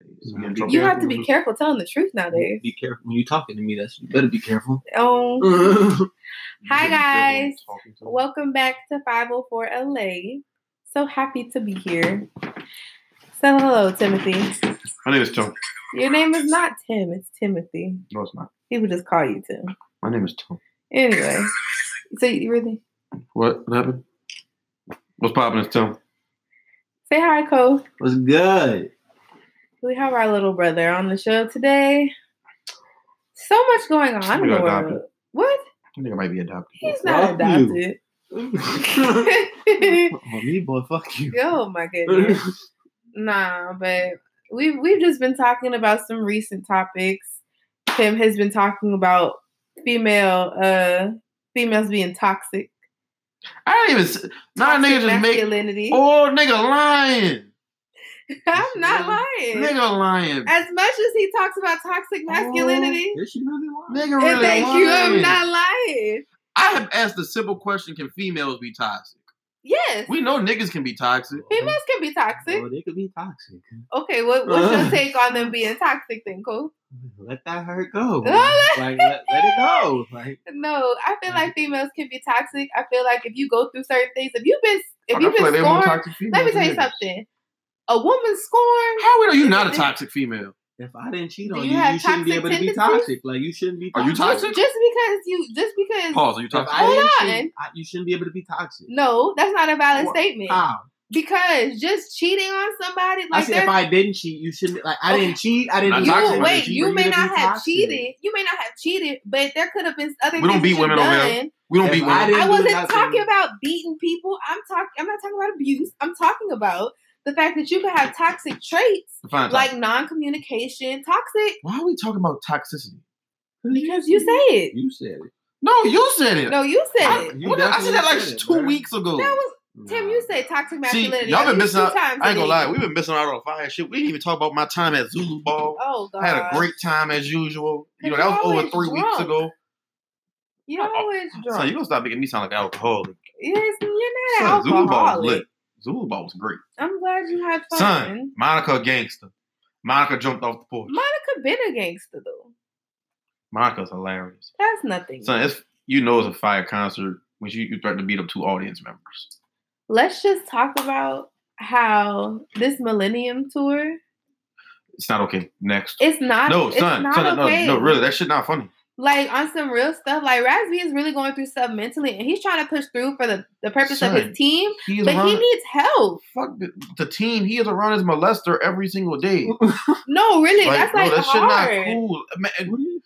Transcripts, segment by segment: It's gonna be You careful have to be when- careful telling the truth nowadays. Be Mm. careful when you're talking to me. That's you better be careful. Oh, You better Hi, be careful when guys. talking to me. Welcome back to 504 LA. So happy to be here. So hello, Timothy. My name is Tom. Your name is not Tim, it's Timothy. No, it's not. People just call you Tim. My name is Tom. Anyway. So you really What, what happened? What's popping? It's Tom. say hi, Co. What's good? We have our little brother on the show today. So much going on in You're the world. adopted. What? I think I might be adopted. He's not Fuck you. adopted. oh, me boy, fuck you. oh my goodness. Nah, but we've we've just been talking about some recent topics. Tim has been talking about female uh females being toxic. I don't even. s- Nah, toxic nigga just make. masculinity. Oh, nigga lying. I'm not lying. Nigga lying. As much as he talks about toxic masculinity, Oh, is she really lying? Nigga and really thank lying. you, I'm not lying. I have asked the simple question: Can females be toxic? Yes. We know niggas can be toxic. females can be toxic. Well, they could be toxic. Oh. Okay, what, what's your Ugh. take on them being toxic then, Cole? Let that hurt go. Oh, like let, let it go. Like No, I feel like Mm-hmm. females can be toxic. I feel like if you go through certain things, if you've been if Fuck, you've I feel like been they want scorned, toxic females. let me tell you niggas. something. A woman scorned. How are you not a toxic female? if I didn't cheat Do on you you, you, have shouldn't be toxic able to be tendencies? toxic. Like you shouldn't be. Are you Just, toxic? just because you, just because Pause. Are you If I toxic? Hold didn't on. cheat, I- you shouldn't be able to be toxic. no, that's not a valid What? statement. How? Because just cheating on somebody I like said if that, I didn't cheat, you shouldn't. Like I Okay. didn't cheat. I Not didn't. do toxic, you nothing but wait, to you may to be not have toxic. cheated. You may not have cheated, but there could have been other. We don't things that beat you've women over here. done. We don't If beat I women. didn't I do wasn't nothing- talking about beating people. I'm talking. I'm not talking about abuse. I'm talking about the fact that you can have toxic traits Define toxic. like non-communication, toxic. Why are we talking about toxicity? Because you say it. You said it. No, you said it. No, you I, said it. You what the- I definitely said that like said it, two bruh. weeks ago. That was Tim. Nah. You said toxic See, masculinity. y'all at been least missing two out. times I ain't gonna lie, today. we've been missing out on fire shit. We didn't even talk about my time at Zulu Ball. Oh God. I had a great time as usual. You know, that Cause you was over always three weeks drunk. ago. You're always drunk. So you gonna stop making me sound like an alcoholic. yes, you're Son, not an Zulu Ball was alcoholic. lit. Zulu Ball was great. I'm glad you had fun. Son, Monica a gangster. Monica jumped off the porch. Monica been a gangster though. Monica's hilarious. That's nothing. Son, it's you know it's a fire concert when you, you threaten to beat up two audience members. Let's just talk about how this Millennium Tour. It's not okay. Next. It's not. no, it's son, not son, okay. no, no, really, that shit not funny. Like on some real stuff. Like Razby is really going through stuff mentally, and he's trying to push through for the the purpose of Son. his team. He is But around, he needs help. fuck the, the team. He is around his molester every single day. No, really, that's no, like that shit hard. not cool. Man, What are you?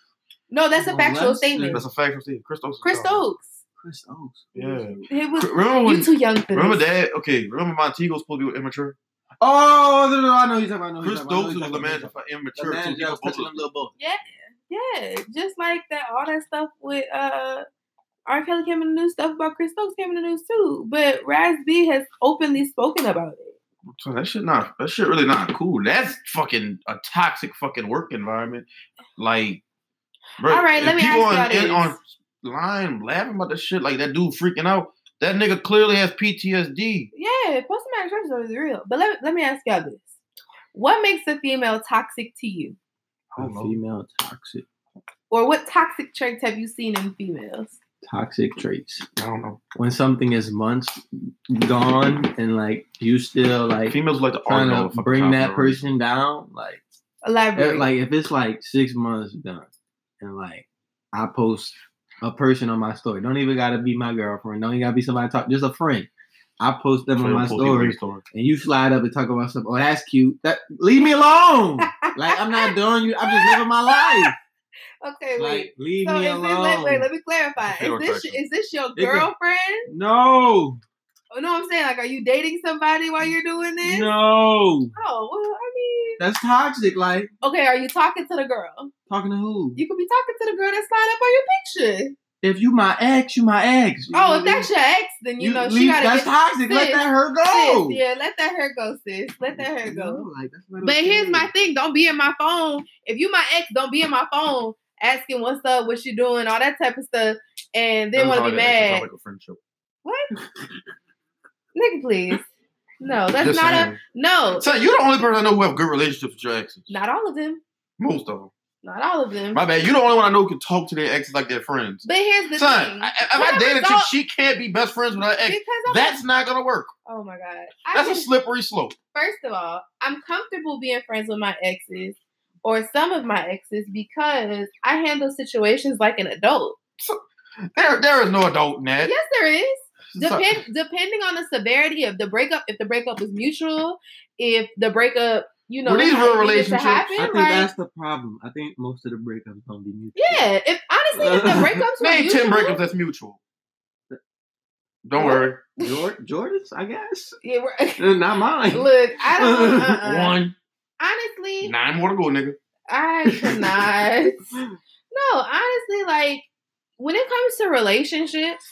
No, that's a Well, factual that's- statement. that's a fact from Steve. Chris Stokes. Chris Stokes. Chris Oaks. Yeah. It was Remember you when? too young for Remember this. that? Okay. Remember Montego was supposed to be with immature. Oh, no, no, I know who you're talking about. I know who Chris you're talking about. Stokes was the I know who you're manager talking for about. immature. The so man he that was could touching them both- little boys. Yeah, just like that. All that stuff with uh, R. Kelly came in the news. Stuff about Chris Stokes came in the news too. But Raz B has openly spoken about it. So that shit not. That shit really not cool. That's fucking a toxic fucking work environment. Like, bro, All right, if let me people ask y'all on, in- online laughing about this shit. Like that dude freaking out. That nigga clearly has PTSD. Yeah, post traumatic stress disorder is real. But let let me ask y'all this: What makes a female toxic to you, I don't know. Female toxic. or what toxic traits have you seen in females? Toxic traits. I don't know. When something is months gone and like you still like Females like to trying argue all the to fucking bring time that for no reason. person down, like Elaborate. if, like if it's like six months done, and like I post a person on my story, don't even gotta be my girlfriend, don't even gotta be somebody talk, just a friend. I post them on my Post people's story, story. and you slide up and talk about stuff. Oh, that's cute. That leave me alone. like I'm not doing you. I'm just living my life. okay, wait. Like leave so me is this, wait, alone. wait, let me clarify. Female Is this attraction. is this your It could- girlfriend? no, Oh, no, I'm saying like, are you dating somebody while you're doing this? no, Oh, well, I mean, that's toxic. Like okay, are you talking to the girl? talking to who? You could be talking to the girl that signed up on your picture. If you my ex, you my ex. Oh, if that's your ex, then you, know she leave- gotta That's get toxic. Let sis, that her sis. go. Yeah, let that hair go, sis. Let that hair go. No, like, that's not But here's okay. my thing: don't be in my phone. If you my ex, don't be in my phone asking what's up, what you doing, all that type of stuff, and then That want was to be how I did it. That sounds mad. Like a friendship. Nigga, please. No, that's Just not a saying. no. So you're the only person I know who have good relationships with your exes. Not all of them. Most of them. Not all of them. My bad. You're the only one I know who can talk to their exes like they're friends. but here's the Son, thing. I, if I Whatever dated you, dog- she can't be best friends with her ex. because I'm That's not gonna work. oh my god. I That's a can- slippery slope. first of all, I'm comfortable being friends with my exes or some of my exes because I handle situations like an adult. There, there is no adult in that. Yes, there is. Son, Depend, depending on the severity of the breakup, if the breakup was mutual, if the breakup, you know, Were these real needed to relationships? happen, I think like- that's the problem. I think most of the breakups don't be mutual. yeah. If honestly, if the breakups were Name mutual, ten breakups that's mutual. Don't What? worry. Jor- Jordan's, I guess. Uh, yeah, we're- Not mine. look, I don't. Uh-uh. One, Honestly, nine more to go, nigga. I cannot. no, honestly, like when it comes to relationships,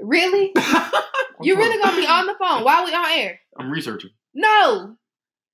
really, you really gonna be on the phone while we on air? I'm researching. No,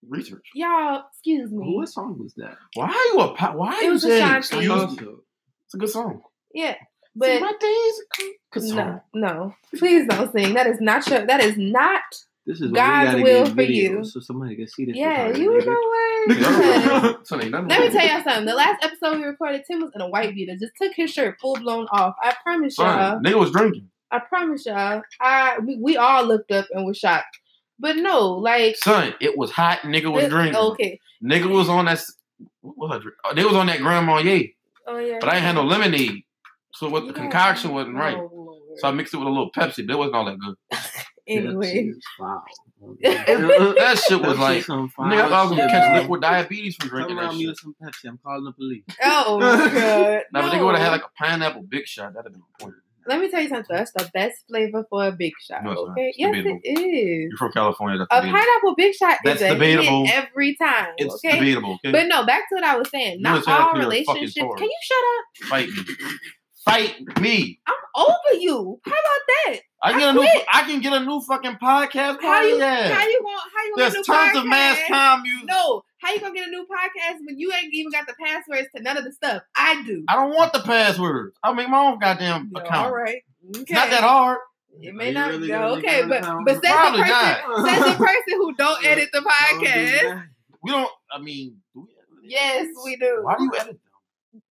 Research. y'all, excuse me. What song was that? Why are you a po- Why It are you was a saying? Sean excuse Taylor. me? It's a good song. yeah, See, but my days. Good no, song. no, please don't sing. That is not your. That is not. This is God's God's will will for you. so somebody can see this. Yeah, recording, you nigga. know what? Because- Nigga, Son, ain't nothing Let me wrong. tell y'all something. The last episode we recorded, Tim was in a white beater. Just took his shirt full blown off. I promise y'all. Son, nigga was drinking. I promise y'all. I we, we all looked up and were shocked. But no, like Son, it was hot. Nigga was it- drinking. Okay. Nigga was on that. s- What was I drink? Oh, Nigga was on that Grand Marnier, Oh yeah. but I ain't had no lemonade, so what You the got- concoction wasn't right. Oh, Lord. So I mixed it with a little Pepsi, but it wasn't all that good. anyway, Wow. That shit was like, some foul nigga, I thought I was gonna shit, catch bro. liquid diabetes from drinking Come that around me shit. with some Pepsi. I'm calling the police. oh my god. Now, if a nigga No. would have had like a pineapple big shot, that'd have been a point. Let me tell you something. That's the best flavor for a big shot. No, it's not. okay. It's Yes, debatable. it is. You're from California, that's A debatable. pineapple big shot That's is a debatable. hit every time. It's okay. debatable. Okay, But no, back to what I was saying. You Not was saying that all to your fucking relationships. Taurus. Can you shut up? fight me, fight me. I'm over you. How about that? I can get a I new. quit. I can get a new fucking podcast. How you? Yeah. How you going? to How you going There's to tons do podcast? of mass time music. No, how you gonna get a new podcast when you ain't even got the passwords to none of the stuff? I do. I don't want the passwords. I'll make my own goddamn No, account. all right. It's not that hard. It Are may you not really go gonna make okay, an but account? but says the Probably person not. says the person who don't edit the Don't do podcast. that. We don't. I mean, do we edit? Yes, we do. Why do you edit them?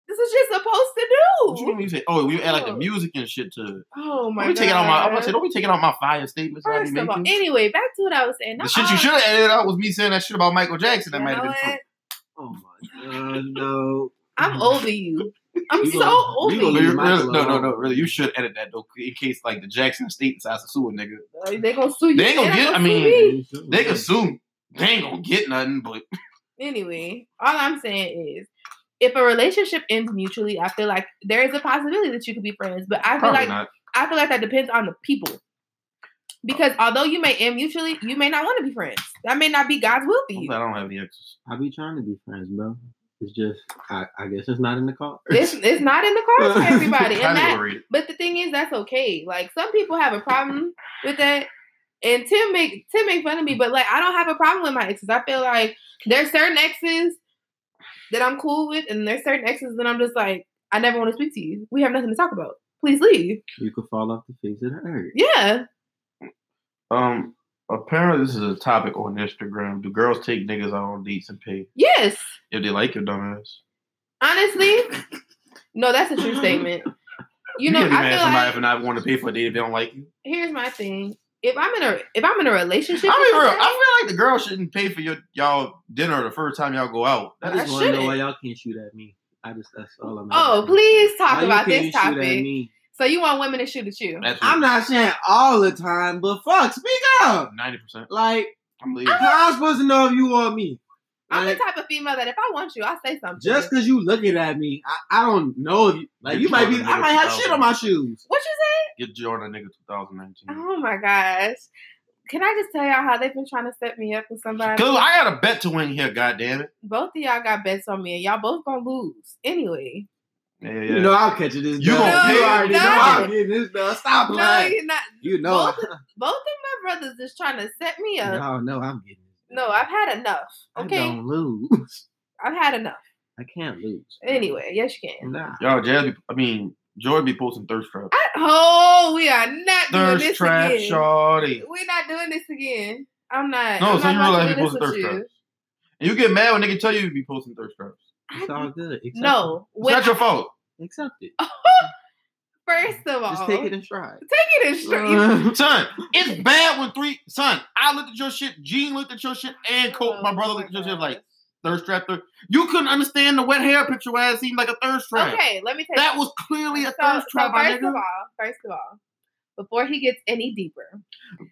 This is just supposed to What you do. mean? You say, oh, we add like the No. music and shit to. Oh my Let me god. take it out my. I'm gonna say, don't we take it out my fire statements? that I be First of all, making? anyway, back to what I was saying. the Not shit you all- should have edited out was me saying that shit about Michael Jackson. That You might know have been true. what? Oh my god, no. I'm over you. I'm You so gonna- over you No, you. gonna leave you- really- no, no, alone. no, really, you should edit that though, in case like the Jackson State decides to sue a nigga. Like, They gonna sue you. They ain't gonna not get- I sue mean, me. They can sue. They ain't gonna get nothing, but anyway, all I'm saying is if a relationship ends mutually, I feel like there is a possibility that you could be friends. But I feel probably like not. I feel like that depends on the people. Because although you may end mutually, you may not want to be friends. That may not be God's will for I'm you. glad I don't have any exes. I be trying to be friends, bro. It's just, I, I guess it's not in the car. It's, it's not in the cards for everybody. And Kinda that, worried. but the thing is, that's okay. Like some people have a problem with that, and Tim make Tim make fun of me, but like I don't have a problem with my exes. I feel like there's certain exes that I'm cool with, and there's certain exes that I'm just like I never want to speak to you. We have nothing to talk about. Please leave. You could fall off the face of the earth. Yeah. Um, apparently this is a topic on Instagram. Do girls take niggas out on dates and pay Yes. if they like your dumbass? Honestly, no. That's a true statement. You know, I can't be feel mad at somebody like if not want to pay for a date if they don't like you. here's my thing. If I'm in a if I'm in a I relationship, mean, with real. somebody- I feel like the girl shouldn't pay for your y'all dinner the first time y'all go out. I That just I want to know shouldn't. why y'all can't shoot at me. I just, that's all I'm oh, asking. please Why talk you about can't this shoot at topic. me? So you want women to shoot at you? that's I'm not saying all the time, but fuck, speak up. ninety percent. Like, I'm leaving. how I'm supposed to know if you want me? I'm the Like, type of female that if I want you, I'll say something. just because you looking at me, I, I don't know if you, like, you might be, I might have shit on my shoes. what you Get Jordan a nigga 2019. say? Oh my gosh! Can I just tell y'all how they've been trying to set me up with somebody? Cause I got a bet to win here. God damn it. Both of y'all got bets on me, and y'all both gonna lose anyway. Yeah, yeah. You know I'll catch you this. You dub. gonna You pay already me know back. I'm getting this. dub. Stop No, lying. you're not. You know. Both, both of my brothers is trying to set me up. No, no, I'm getting. this. No, I've had enough. I Okay, don't lose. I've had enough. I can't lose. Anyway, yes you can. Nah. Y'all jazz. I mean, Joy be posting thirst trap. I, oh, we are not doing Thirst this trap, again. shorty. We're not doing this again. I'm not. No, I'm so not you about realize to do you this posted with thirst you. traps. And you get mad when they can tell you you be posting thirst traps. It's all good. Accept it. No. It's When, not your fault. accept it. first of all, Just take it in Uh-huh. stride. Oh. take it in stride. Son, it's bad when three. Son, I looked at your shit. Gene looked at your shit, and Cole, my brother looked at your shit like thirst trap. Thirst. You couldn't understand the wet hair picture where it seemed like a thirst trap. Okay, let me take That was clearly a so, thirst so trap, my first nigga. of all, first of all, before he gets any deeper,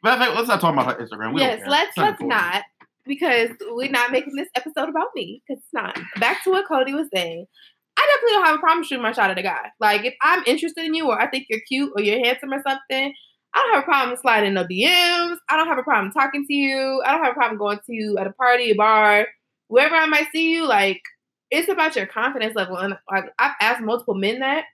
Matter of fact, let's not talk about her Instagram. We don't yes, care. let's It's not let's important. not because we're not making this episode about me. 'cause it's not. Back to what Cody was saying. I definitely don't have a problem shooting my shot at a guy. Like if I'm interested in you or I think you're cute or you're handsome or something, I don't have a problem sliding no DMs. I don't have a problem talking to you. I don't have a problem going to you at a party, a bar, wherever I might see you. Like it's about your confidence level, and like I've asked multiple men that,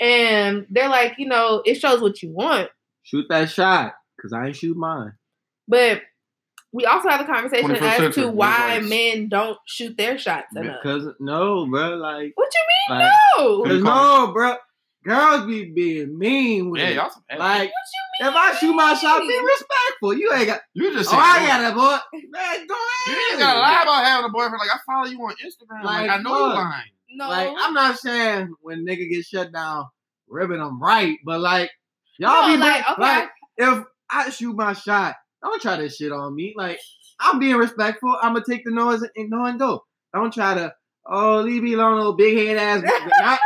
and they're like, you know, it shows what you want. Shoot that shot, cause I ain't shoot mine. But we also have a conversation 21st as century, to no why rights. men don't shoot their shots enough. Because no, bro, like, What you mean like no? Cause- Cause no, bro. Girls be being mean with Yeah, it. y'all some ass. Like, What you mean? if I shoot my shot, be mean? respectful. You ain't got. You just Oh, said I no. got it, boy. Man, go You ahead. ain't gotta lie about having a boyfriend. Like I follow you on Instagram. Like, Like, I know look. you lying. No. Like, I'm not saying when nigga get shut down, ribbing them right, but like, y'all No, be like, like, okay. like, if I shoot my shot, don't try to shit on me. Like, I'm being respectful. I'm gonna take the noise and no and go. Don't try to. Oh, leave me alone, little big head ass. now,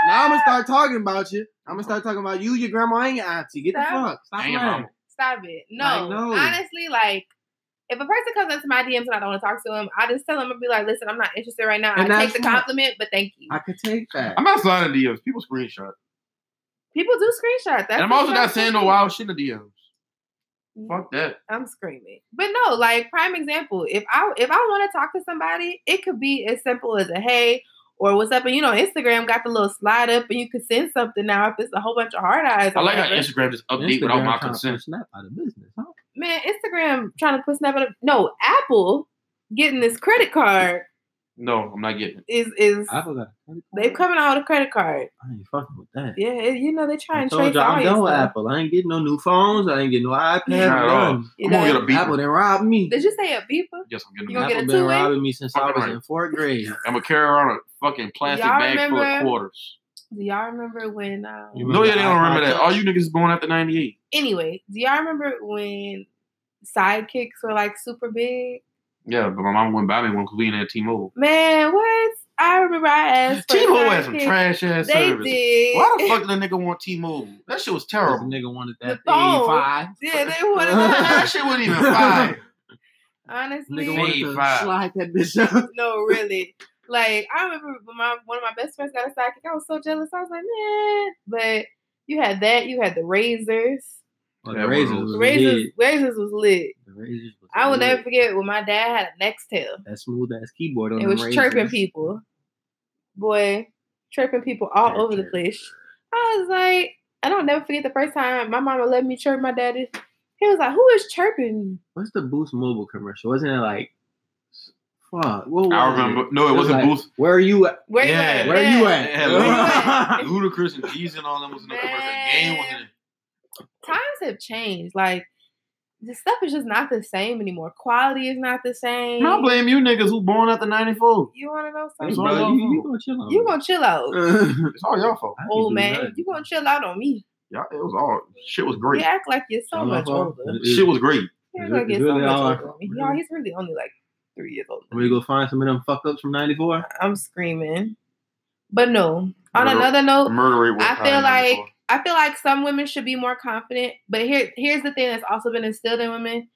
now I'm gonna start talking about you. I'm gonna start talking about you, your grandma, and your auntie. Get the Stop. fuck. Stop Damn, playing. mama. Stop it. No. Like, no. Honestly, like if a person comes into my DMs and I don't want to talk to them, I just tell them and be like, listen, I'm not interested right now. And I that's take the fine. compliment, but thank you. I could take that. I'm not sliding DMs. People screenshot. People do screenshot that. and I'm also not saying no wild shit in the DMs. Fuck that. I'm screaming. But no, like prime example, if I if I want to talk to somebody, it could be as simple as a hey or what's up. And you know, Instagram got the little slide up and you could send something now if it's a whole bunch of hard eyes. I or like how whatever. Instagram just update without my Instagram trying to consent. push Snap out of business. Huh? Man, Instagram trying to put Snap out of no, Apple getting this credit card No, I'm not getting it. is is I forgot. they coming out with a credit card. I ain't fucking with that. Yeah, it- you know they try I and told trace you, all I'm your done with stuff. Apple. I ain't getting no new phones. I ain't getting no iPad. Not at all. None. You I'm gonna know? get a beat. Apple done robbed me. Did you say a beeper? Yes, I'm getting You gonna a beat. get a Apple been two-way? robbing me since I Fucking was right. in fourth grade. I'm gonna carry around a fucking plastic Y'all bag full of remember- quarters. Do y'all remember when um, You No, remember yeah, they don't iPod remember that. Touch? All you niggas is born after '98. anyway, do y'all remember when sidekicks were like super big? Yeah, but my mom went by me one because we in that T-Mobile. Man, what? I remember I asked for a T-Mobile had some sidekick. trash ass They service. did. Why the fuck did a nigga want T-Mobile? That shit was This terrible. nigga wanted that The phone. 85. Yeah, they wanted that that. shit wasn't even fire. Honestly, Nigga wanted to 85. slide that bitch up. no, really. Like I remember when my one of my best friends got a sidekick. I was so jealous. I was like, man. But you had that. You had the razors. Well, Yeah, the razors well, was Razors. lit. Razors was lit. The razors was I will lit. never forget when my dad had a Nextel. that smooth ass keyboard on It them was razors. chirping people. Boy, chirping people all That over the chirp. place. I was like, I don't never forget the first time my mama let me chirp my daddy. He was like, Who is chirping you? What's the Boost Mobile commercial? Wasn't it like, fuck? What was I remember. It? No, it was wasn't like, Booth. Where are you at? Where Yeah. you at? Where you Yeah. Yeah, at? Ludacris and Jeezy and all them was in the commercial. Game was in it. Times have changed. Like the stuff is just not the same anymore. Quality is not the same. And I blame you niggas who born after '94. you wanna know Hey, That's something? all bro, y'all you, know. you gonna chill on You gonna chill out. gonna It's all y'all fault. Old man, you gonna chill out on me. Y'all, it was all shit was great. You act like you're so Y'all much are. older. Shit was great. You're Is gonna it get so really all much right? older on me. Y'all, he's really only like three years old. We go find some of them fuck ups from '94. I'm screaming. But no. On Murder- another The note, murder rate was I high feel in like 94. I feel like some women should be more confident. But here here's the thing that's also been instilled in women.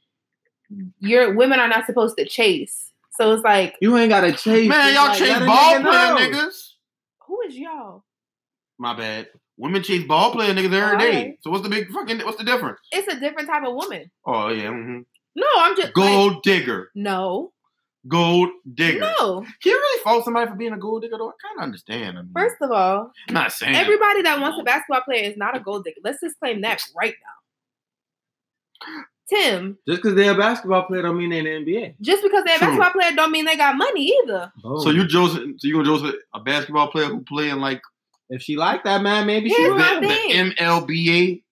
Your women are not supposed to chase. So it's like, You ain't gotta chase. man, It's y'all like, chase let a ball nigga know. player niggas. who is y'all? My bad. Women chase ball player niggas every day. Alright. So what's the big fucking? What's the difference? It's a different type of woman. Oh yeah, mhm. No, I'm just like, gold digger, no. gold digger. No. Can you really fault somebody for being a gold digger though? I kind of understand. I mean, First of all, I'm not saying everybody that wants a basketball player is not a gold digger. Let's just claim that right now. Tim, Just because they're a basketball player don't mean they're in the NBA. Just because they're a True. basketball player don't mean they got money either. Boom. So you chose. So you gonna chose a basketball player who playing like If she liked that man, maybe she Here's would. my The, the MLBA.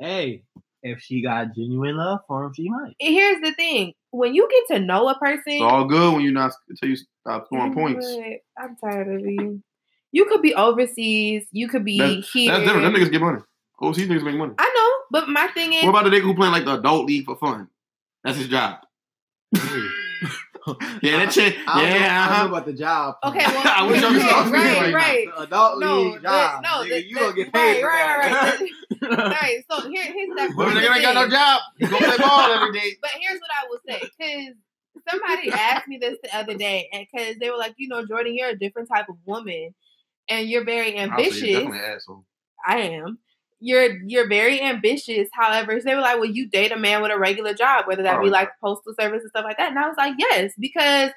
Hey, if she got genuine love for him, she might. And here's the thing: when you get to know a person, It's all good when you're not until you stop you scoring points. could- I'm tired of you. You could be overseas. You could be here. That's different. Them niggas get money. Overseas niggas make money. I know, but my thing is, What about the nigga who playing like the adult league for fun? That's his job. Yeah, that shit. I don't know- Yeah, I don't know uh-huh. about the job. okay, well, I wish I was yeah, talking right, right now. right. The adult No, league the- job. no, nigga, the- you gonna the- get paid right, for right, that. right, right. So here, here's that. Women nigga ain't got no job. You go play ball every day. But here's what I will say, because somebody asked me this the other day, and because they were like, you know, Jordan, you're a different type of woman, and you're very I'll say, ambitious. definitely an asshole. I am. You're you're very ambitious. However, they were like, well, you date a man with a regular job, whether that Oh, be yeah. like postal service and stuff like that. And I was like, yes, because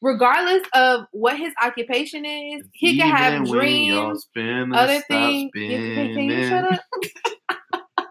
regardless of what his occupation is, he can have Even when y'all dreams. spinning, Other stop thing, can, can you shut spinning. up?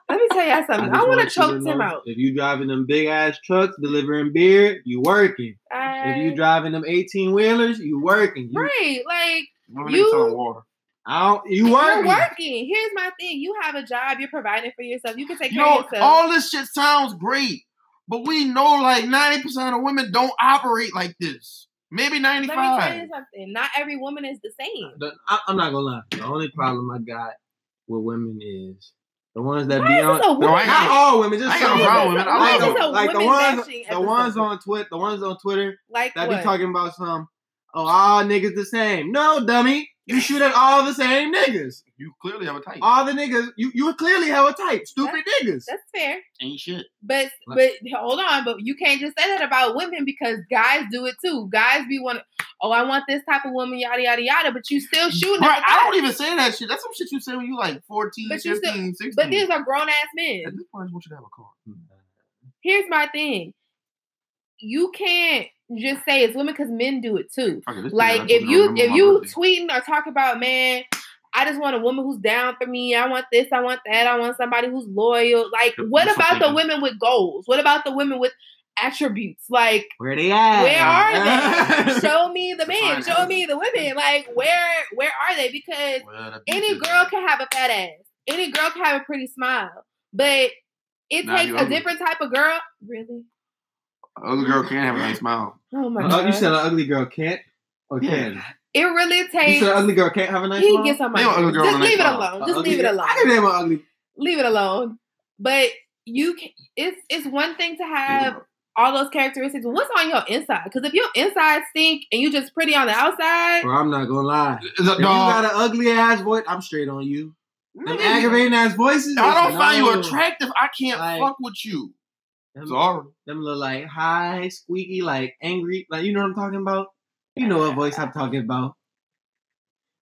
Let me tell y'all something. I, want just to want you choke know, Tim out. If you driving them big ass trucks delivering beer, you working. If you I- driving them eighteen wheelers, you working. You, right, like Women You- niggas selling water. I don't, you working. You're working. Here's my thing. You have a job. You're providing for yourself. You can take You care know, of yourself. all this shit sounds great, but we know like 90% of women don't operate like this. Maybe Let me tell 95. you something. Not every woman is the same. The- I, am not gonna lie. The only problem I got with women is the ones that Why be is on. this a woman? I Not got- all women, just I got some no women. problem with it. I Why is love this a them. Like the women ones, bashing the episode? ones on Twitter, the ones on Twitter like that what? be talking about some. Oh, all niggas the same. No, dummy. You shoot at all the same niggas. You clearly have a type. All the niggas. You you clearly have a type. Stupid niggas. That's fair. Ain't shit. But but Like- hold on, but you can't just say that about women because guys do it too. Guys be one oh, I want this type of woman, yada yada yada, but you still shooting Bruh, at the I don't guy. even say that shit. That's some shit you say when you like 14, But you 15, still- 16. But these are grown ass At men. this point, I just want you to have a car. Here's my thing. You can't just say it's women because men do it too. Okay, this Like nigga, I if don't you remember if my you birthday. tweeting or talk about man, I just want a woman who's down for me. I want this. I want that. I want somebody who's loyal. Like Th- what that's what they about the do. women with goals? What about the women with attributes? Like Where they at? where are they? Show me the Define men. Show me the women. Like where where are they? Because Well, that bitch any is- girl can have a fat ass. Any girl can have a pretty smile. But it Nah, takes you a ugly. different type of girl. Really? Other girl can't have a nice smile. Oh my Oh, god. you said an ugly girl can't or Yeah. can? it really You takes said an ugly girl can't have a nice he smile? gets on my They don't nerves. ugly girl on Just the leave it next alone. level. Just Ugly leave it girl- alone. I can name an ugly. Leave it alone. But you can, it's it's one thing to have all those characteristics. What's on your inside? Because if your inside stink and you just pretty on the outside, Bro, I'm not gonna lie. If Is it- you got dog, an ugly ass voice, I'm straight on you. Them nigga, aggravating ass voices. if I don't find you no. attractive. I can't Like- fuck with you. Them, Sorry. them little like high, squeaky, like angry, like you know what I'm talking about. You know what voice I'm talking about.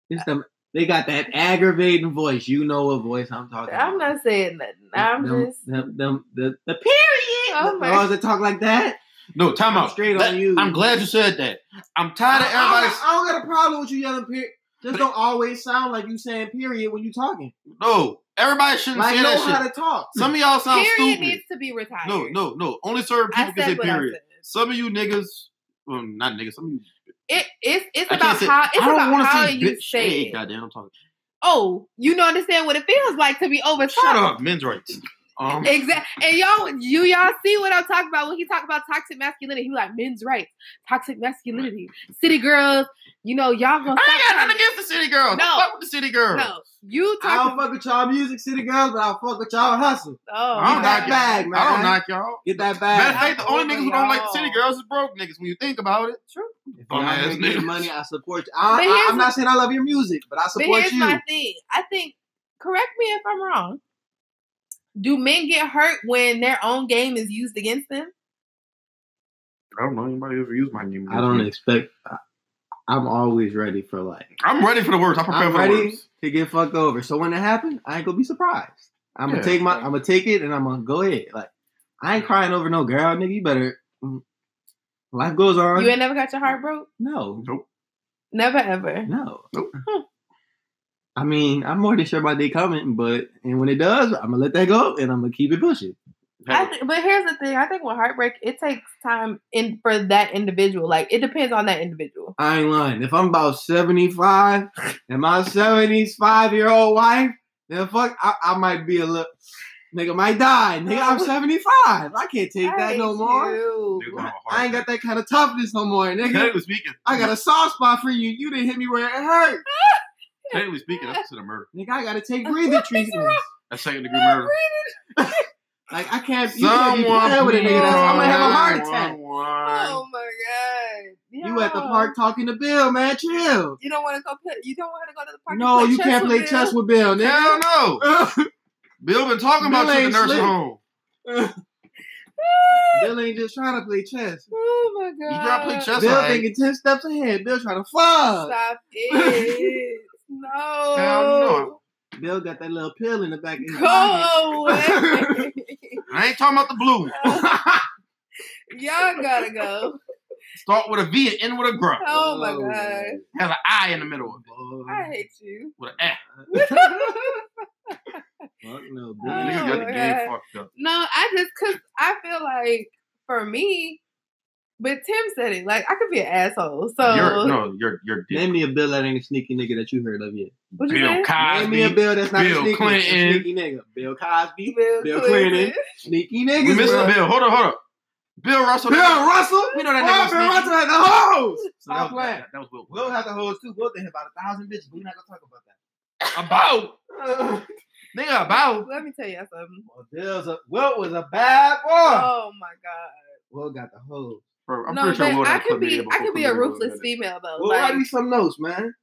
It's them. They got that aggravating voice. You know what voice I'm talking I'm about. not saying nothing. I'm them, just them, them, the the period. Oh the my- girls that talk like that. No, time I'm out. straight That- on you. I'm glad you said that. I'm tired of I- I don't- everybody. I don't, got a problem with you yelling period. Just But- don't always sound like you saying period when you talking. No, everybody shouldn't Like say know that shit. how to talk. Some of y'all sound period stupid. needs to be retired. no, no, no. Only certain I people can said say what I period. said. Some of you niggas, well, not niggas. Some of you. It, it's it's I about can't say. how it's I don't about want to how say you bitch. say Hey, it. goddamn, I'm talking. Oh, you don't understand what it feels like to be over Shut up, men's rights. Um, Exactly. And y'all, you y'all see what I'm talking about when he talk about toxic masculinity. He like men's rights, toxic masculinity, city girls. You know, y'all I gonna ain't got stop. nothing against the city girls. No. fuck with the city girls. no, you I talk. don't fuck with y'all music, city girls, but I fuck with y'all hustle. Oh, I Get don't my knock that y'all. God. bag, man. I don't knock y'all. Get that Matter of bag. fact, the only niggas who don't like the city Y'all. girls is broke niggas. When you think about it, True. If Bum y'all ass make me niggas. money, I support you. But I, here's I, am not saying I love your music, but I But support here's you. my thing. I think. Correct me if I'm wrong. Do men get hurt when their own game is used against them? I don't know anybody ever used my name. I don't expect. I, I'm always ready for like. I'm ready for the worst. I prepare I'm for the ready worst. to get fucked over. So when it happened, I ain't gonna be surprised. I'm Yeah. gonna take my. I'm gonna take it, and I'm gonna go ahead. Like I ain't crying over no girl, nigga. You better. mm. Life goes on. You ain't never got your heart broke. no, Nope. Never ever. no. Nope. I mean, I'm more than sure about they coming, but and when it does, I'm gonna let that go, and I'm gonna keep it pushing. I th- but here's the thing. I think with heartbreak, it takes time in for that individual. Like it depends on that individual. I ain't lying. If I'm about 75 and my 75 year old wife, then fuck, I, I might be a little. Nigga might die. Nigga, I'm 75. I can't take that no more. Nigga, I'm a more. hard I ain't man. got that kind of toughness no more, nigga. Technically speaking, I got a soft spot for you. You didn't hit me where it hurt. Technically speaking, that's considered murder. Nigga, I gotta take breathing treatments. That's second degree murder. Like I can't. You can't be playing with a nigga. That's, I'm gonna have a heart attack. attack. Oh my god! You at the Yo. park talking to Bill, man. Chill. You don't want to go. Play, you don't want to go to the park. and No, you can't play with chess them? with Bill, nigga. Hell no. Bill been talking about Bill you in ain't the nursing slick. home. Bill ain't just trying to play chess. Oh my god! You gotta play chess. That's Bill all right. thinking ten steps ahead. Bill trying to fuck. Stop it! No. Hell Bill got that little pill in the back of his pocket. Go away. I ain't talking about the blue. one. Y'all gotta go. Start with a V and end with a gr. Oh my god! Has an I in the middle of it. Boy. I hate you. With an F. Fuck no, The Bill. Oh, nigga got the my game God. fucked up. No, I just cause I feel like for me, but Tim said it. Like I could be an asshole. So You're, no, you're, you're dick. Name me a Bill that ain't a sneaky nigga that you heard of yet. what you Bill say? Name me a Cosby. Bill that's not Bill a sneaky, Clinton. a sneaky nigga. Bill Cosby, Bill, Bill Clinton, We sneaky niggas. missed bro. a Bill. Hold up, hold up. Bill Russell. Bill Russell. We know that Oh, nigga was Bill sneaky. Russell had the hoes. So that, was, Stop playing. that, that was Will. We'll have the hoes too. We'll think about a thousand bitches. We're not gonna talk about that. About. Nigga, about. Let me tell you all something. Well, Bill's a, Wilt was a bad boy. Oh my god! Will got the hoes. Bro, I'm no, pretty sure but Will I had could be chlamydia I before could be a chlamydia was ruthless invented. female though. We'll like, write you some notes, man.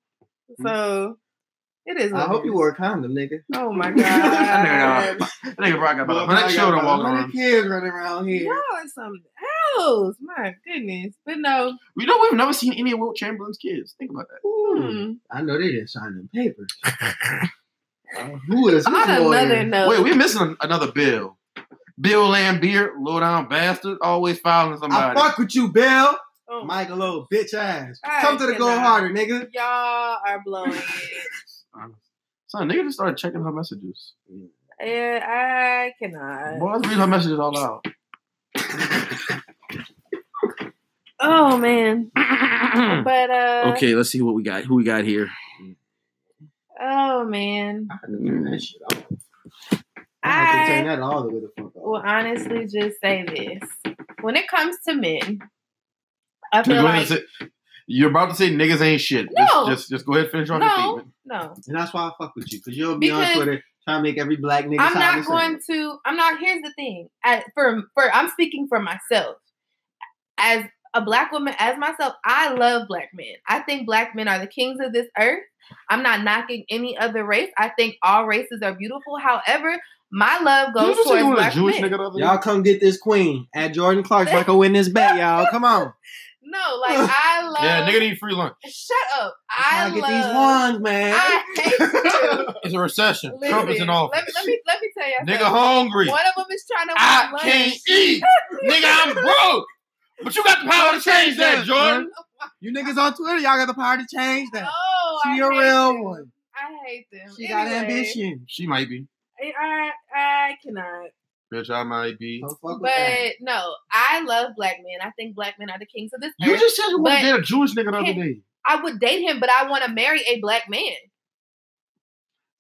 so it is. what I it hope you is. wore a condom, nigga. Oh my That god! That nigga probably got Well, about 100 I got children about walking 100 around. kids running around here. Y'all is something else. My goodness, but no. We know we've never seen any of Will Chamberlain's kids. Think about that. Ooh, Hmm. I know they didn't sign them papers. Uh, who is On this another lawyer? note, Wait, we're missing an- another Bill. Bill Lambeer, low down bastard, always fouling I somebody. fuck with you, Bill. Oh, Michael O, bitch ass. I Come to the goal cannot. harder, nigga. y'all are blowing it. Son, nigga just started checking her messages. Yeah, I cannot. Boy, let's read her messages all out. Oh man, but uh, let's see what we got. Who we got here? Oh man, I can turn that shit off. I can turn I that all the way the fuck off. will honestly just say this: when it comes to men, I Go feel ahead and like say, you're about to say niggas ain't shit. No. Just, just, just go ahead and finish off your no, statement. no, And that's why I fuck with you, because you'll be on Because Twitter trying to make every black nigga I'm sound not the same. going to. I'm not. Here's the thing: I, for for I'm speaking for myself as a black woman, as myself. I love black men. I think black men are the kings of this earth. I'm not knocking any other race. I think all races are beautiful. However, my love Did you goes just say towards you were a black Jewish men. nigga the other day? Y'all come get this queen at Jordan Clark's like a win this bet, y'all. Come on. No, like I love. Yeah, nigga need free lunch. Shut up. Try I to love. get these ones, man. I hate you. It's a recession. Trump is Listen, in let, office. me, let me let me tell you. nigga hungry. One of them is trying to. I win can't eat. nigga, I'm broke. But you got the power to change that, Jordan. you niggas on Twitter, y'all got the power to change that. Oh, she I a hate real them. one. I hate them. She got Anyway, ambition. She might be. I I, I cannot. Bitch, I might be. Don't fuck with that. But no, I love black men. I think black men are the kings of this You earth. just said you wanted to But- date a Jewish nigga the other day. I would date him, but I want to marry a black man.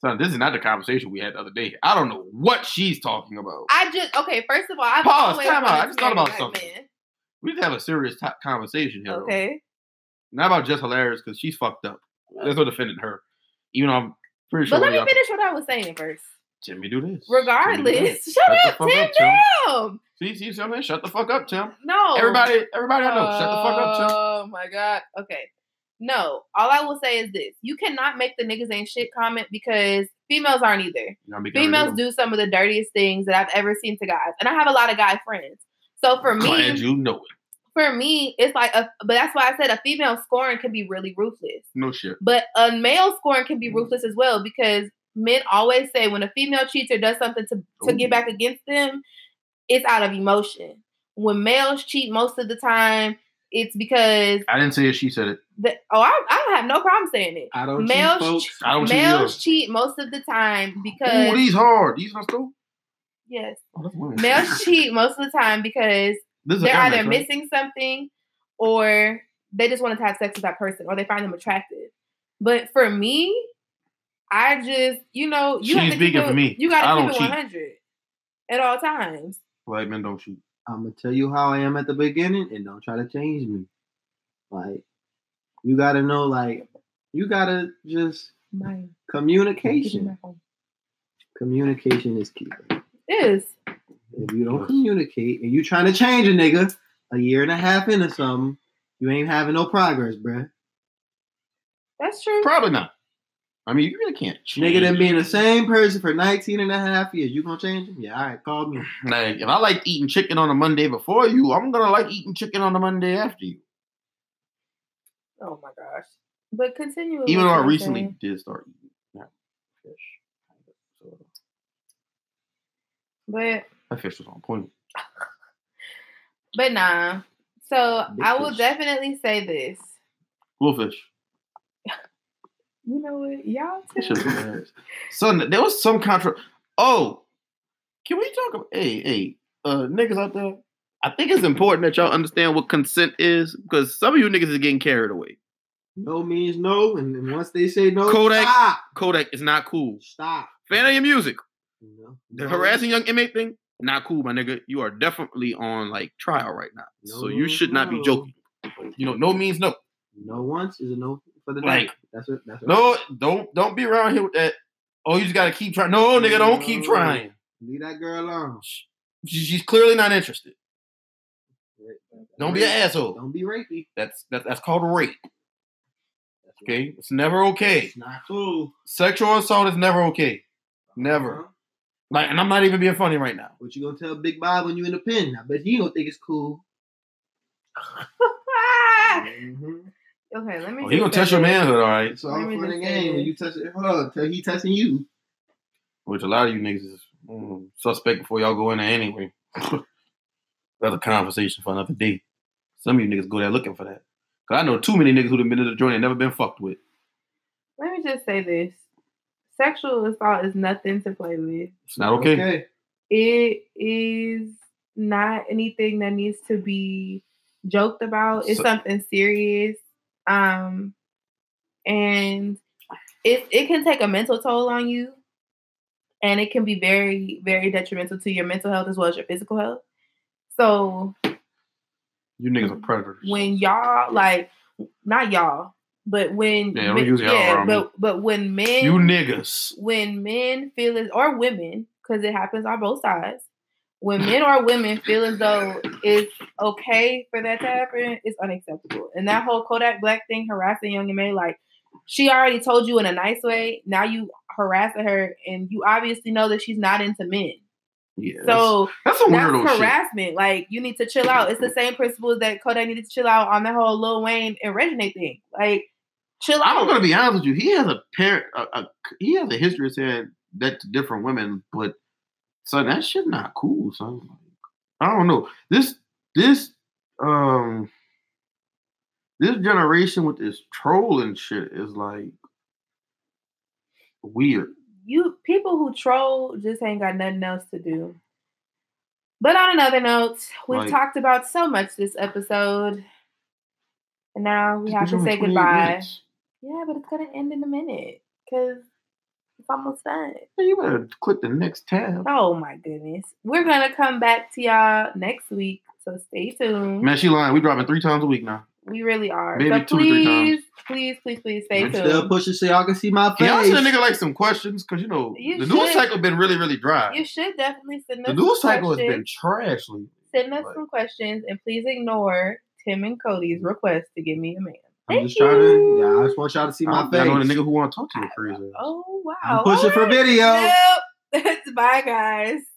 Son, this is not the conversation we had the other day. I don't know what she's talking about. I just okay. First of all, I've Pause, always time out. wanted I to just thought marry about black something. men. We need to have a serious to- conversation here. though. Okay. Not about just hilarious because she's fucked up. There's no defending her. Even though I'm pretty sure. But let me y'all- finish what I was saying first. Timmy do this. Timmy do Regardless, that. shut Shut the up, fuck Tim. up, Tim. Down. See, see, see what I'm saying? Shut the fuck up, Tim. No, Everybody, everybody I know, shut the fuck up, Tim. Oh my god. Okay. No, all I will say is this: you cannot make the niggas ain't shit comment because females aren't either. Y'all making her Females do some of the dirtiest things that I've ever seen to guys, and I have a lot of guy friends. So for me, Glad you know it. for me, it's like a. But that's why I said a female scoring can be really ruthless. No shit. But a male scoring can Mm. be ruthless as well because men always say when a female cheats or does something to, to Ooh. get back against them, it's out of emotion. When males cheat most of the time, it's because I didn't say it. She said it. the oh I, I don't have no problem saying it. I don't Males cheat, folks. I don't cheat. males cheat most of the time either. Ooh, because these hard. These hard still. Yes. Oh, Males cheat most of the time because This is they're Amex, either right? missing something or they just wanted to have sex with that person or they find them attractive. But for me, I just you know you have She's to keep vegan it, for me. You I gotta keep don't it cheat. one hundred at all times. Black men don't cheat. I'm gonna tell you how I am at the beginning, and don't try to change me. Like, you gotta know, like, you gotta just My communication. Communication is key. is If you don't Yes. communicate and you trying to change a nigga a year and a half into something, you ain't having no progress, bruh. that's true. Probably not. I mean, you really can't. Nigga change. done been the same person for 19 and a half years. You gonna change him? Yeah, all right, call me. Like, if I like eating chicken on a Monday before you, I'm gonna like eating chicken on a Monday after you. Oh my gosh. But continue. with Even though what I you were recently saying. did start eating yeah, fish. So But that fish was on point. but nah. So Big I will fish. definitely say this. Little fish. You know what? Y'all That too. shit was hilarious. Son, there was some contra. Oh, can we talk about? Hey, hey, uh, niggas out there. I think it's important that y'all understand what consent is because some of you niggas is getting carried away. No means no, and then once they say no, Kodak. stop, Kodak is not cool. stop. Fan of your music. No, The no, harassing young inmate thing, not cool, my nigga. You are definitely on like trial right now. so you No, should not be no. joking. You know, no means no. No once is a no for the Like, night. That's it. That's it. No, don't don't be around here with that. Oh, you just gotta keep trying. No, nigga, don't keep No. trying. Leave that girl alone. She- She's clearly not interested. Don't be an Rape. asshole. Don't be rapey. That's that, that's called rape. That's right. Okay, it's never okay. It's not cool. Sexual assault is never okay. Never. Huh? Like, and I'm not even being funny right now. What you gonna tell Big Bob when you in the pen? I bet he don't think it's cool. Ah! Mhm. Okay, let me. Oh, he just gonna say test your this. manhood, all right? It's all Let me fun just and say game when this. you touch it. Hold on, till he touching you. Which a lot of you niggas is mm, suspect before y'all go in there anyway. That's a conversation for another day. Some of you niggas go there looking for that. Cause I know too many niggas who've been to the joint and never been fucked with. Let me just say this: sexual assault is nothing to play with. It's not okay. It is not anything that needs to be joked about. It's So- something serious, um, and it it can take a mental toll on you, and it can be very very detrimental to your mental health as well as your physical health. So You niggas are predators. when y'all like not y'all but when Yeah, don't men- use y'all around me. but but when men you niggas. when men feel as or women because it happens on both sides when Hmm. men or women feel as though it's okay for that to happen it's unacceptable and that whole kodak black thing harassing young and may like she already told you in a nice way now you harassing her and you obviously know that she's not into men Yeah. so that's, that's some that's weirdo shit. harassment. Like you need to chill out. It's the same principles that Kodak needed to chill out on the whole Lil Wayne and Regine thing. Like chill out. I'm gonna be honest with you. He has a parent. A, a, he has a history of saying that to different women, but son, that shit not cool. Son, I don't know. This this um this generation with this trolling shit is like weird. you people who troll just ain't got nothing else to do. But on another note, we've Like- talked about so much this episode. And now we have It's to only say 28 goodbye. minutes. Yeah, but it's gonna end in a minute because it's almost done. Man, you better click the next tab. Oh my goodness. We're gonna come back to y'all next week. So stay tuned. Man, she lying. We dropping three times a week now. We really are. Maybe so two or three please, times. please, please, please stay I'm tuned. still pushing so y'all can see my face. Can y'all send a nigga like some questions? Cause you know You the news should. cycle been really, really dry. you should definitely send us The news some cycle has been questions. trash lately. Send us but- some questions and please ignore Tim and Cody's request to give me a man. Mm-hmm. I'm Thank just you. trying to. Yeah, I just want y'all to see I my don't- I know the face. nigga who want to talk to you crazy. Oh wow. I'm pushing All for right. video. Nope. Bye guys.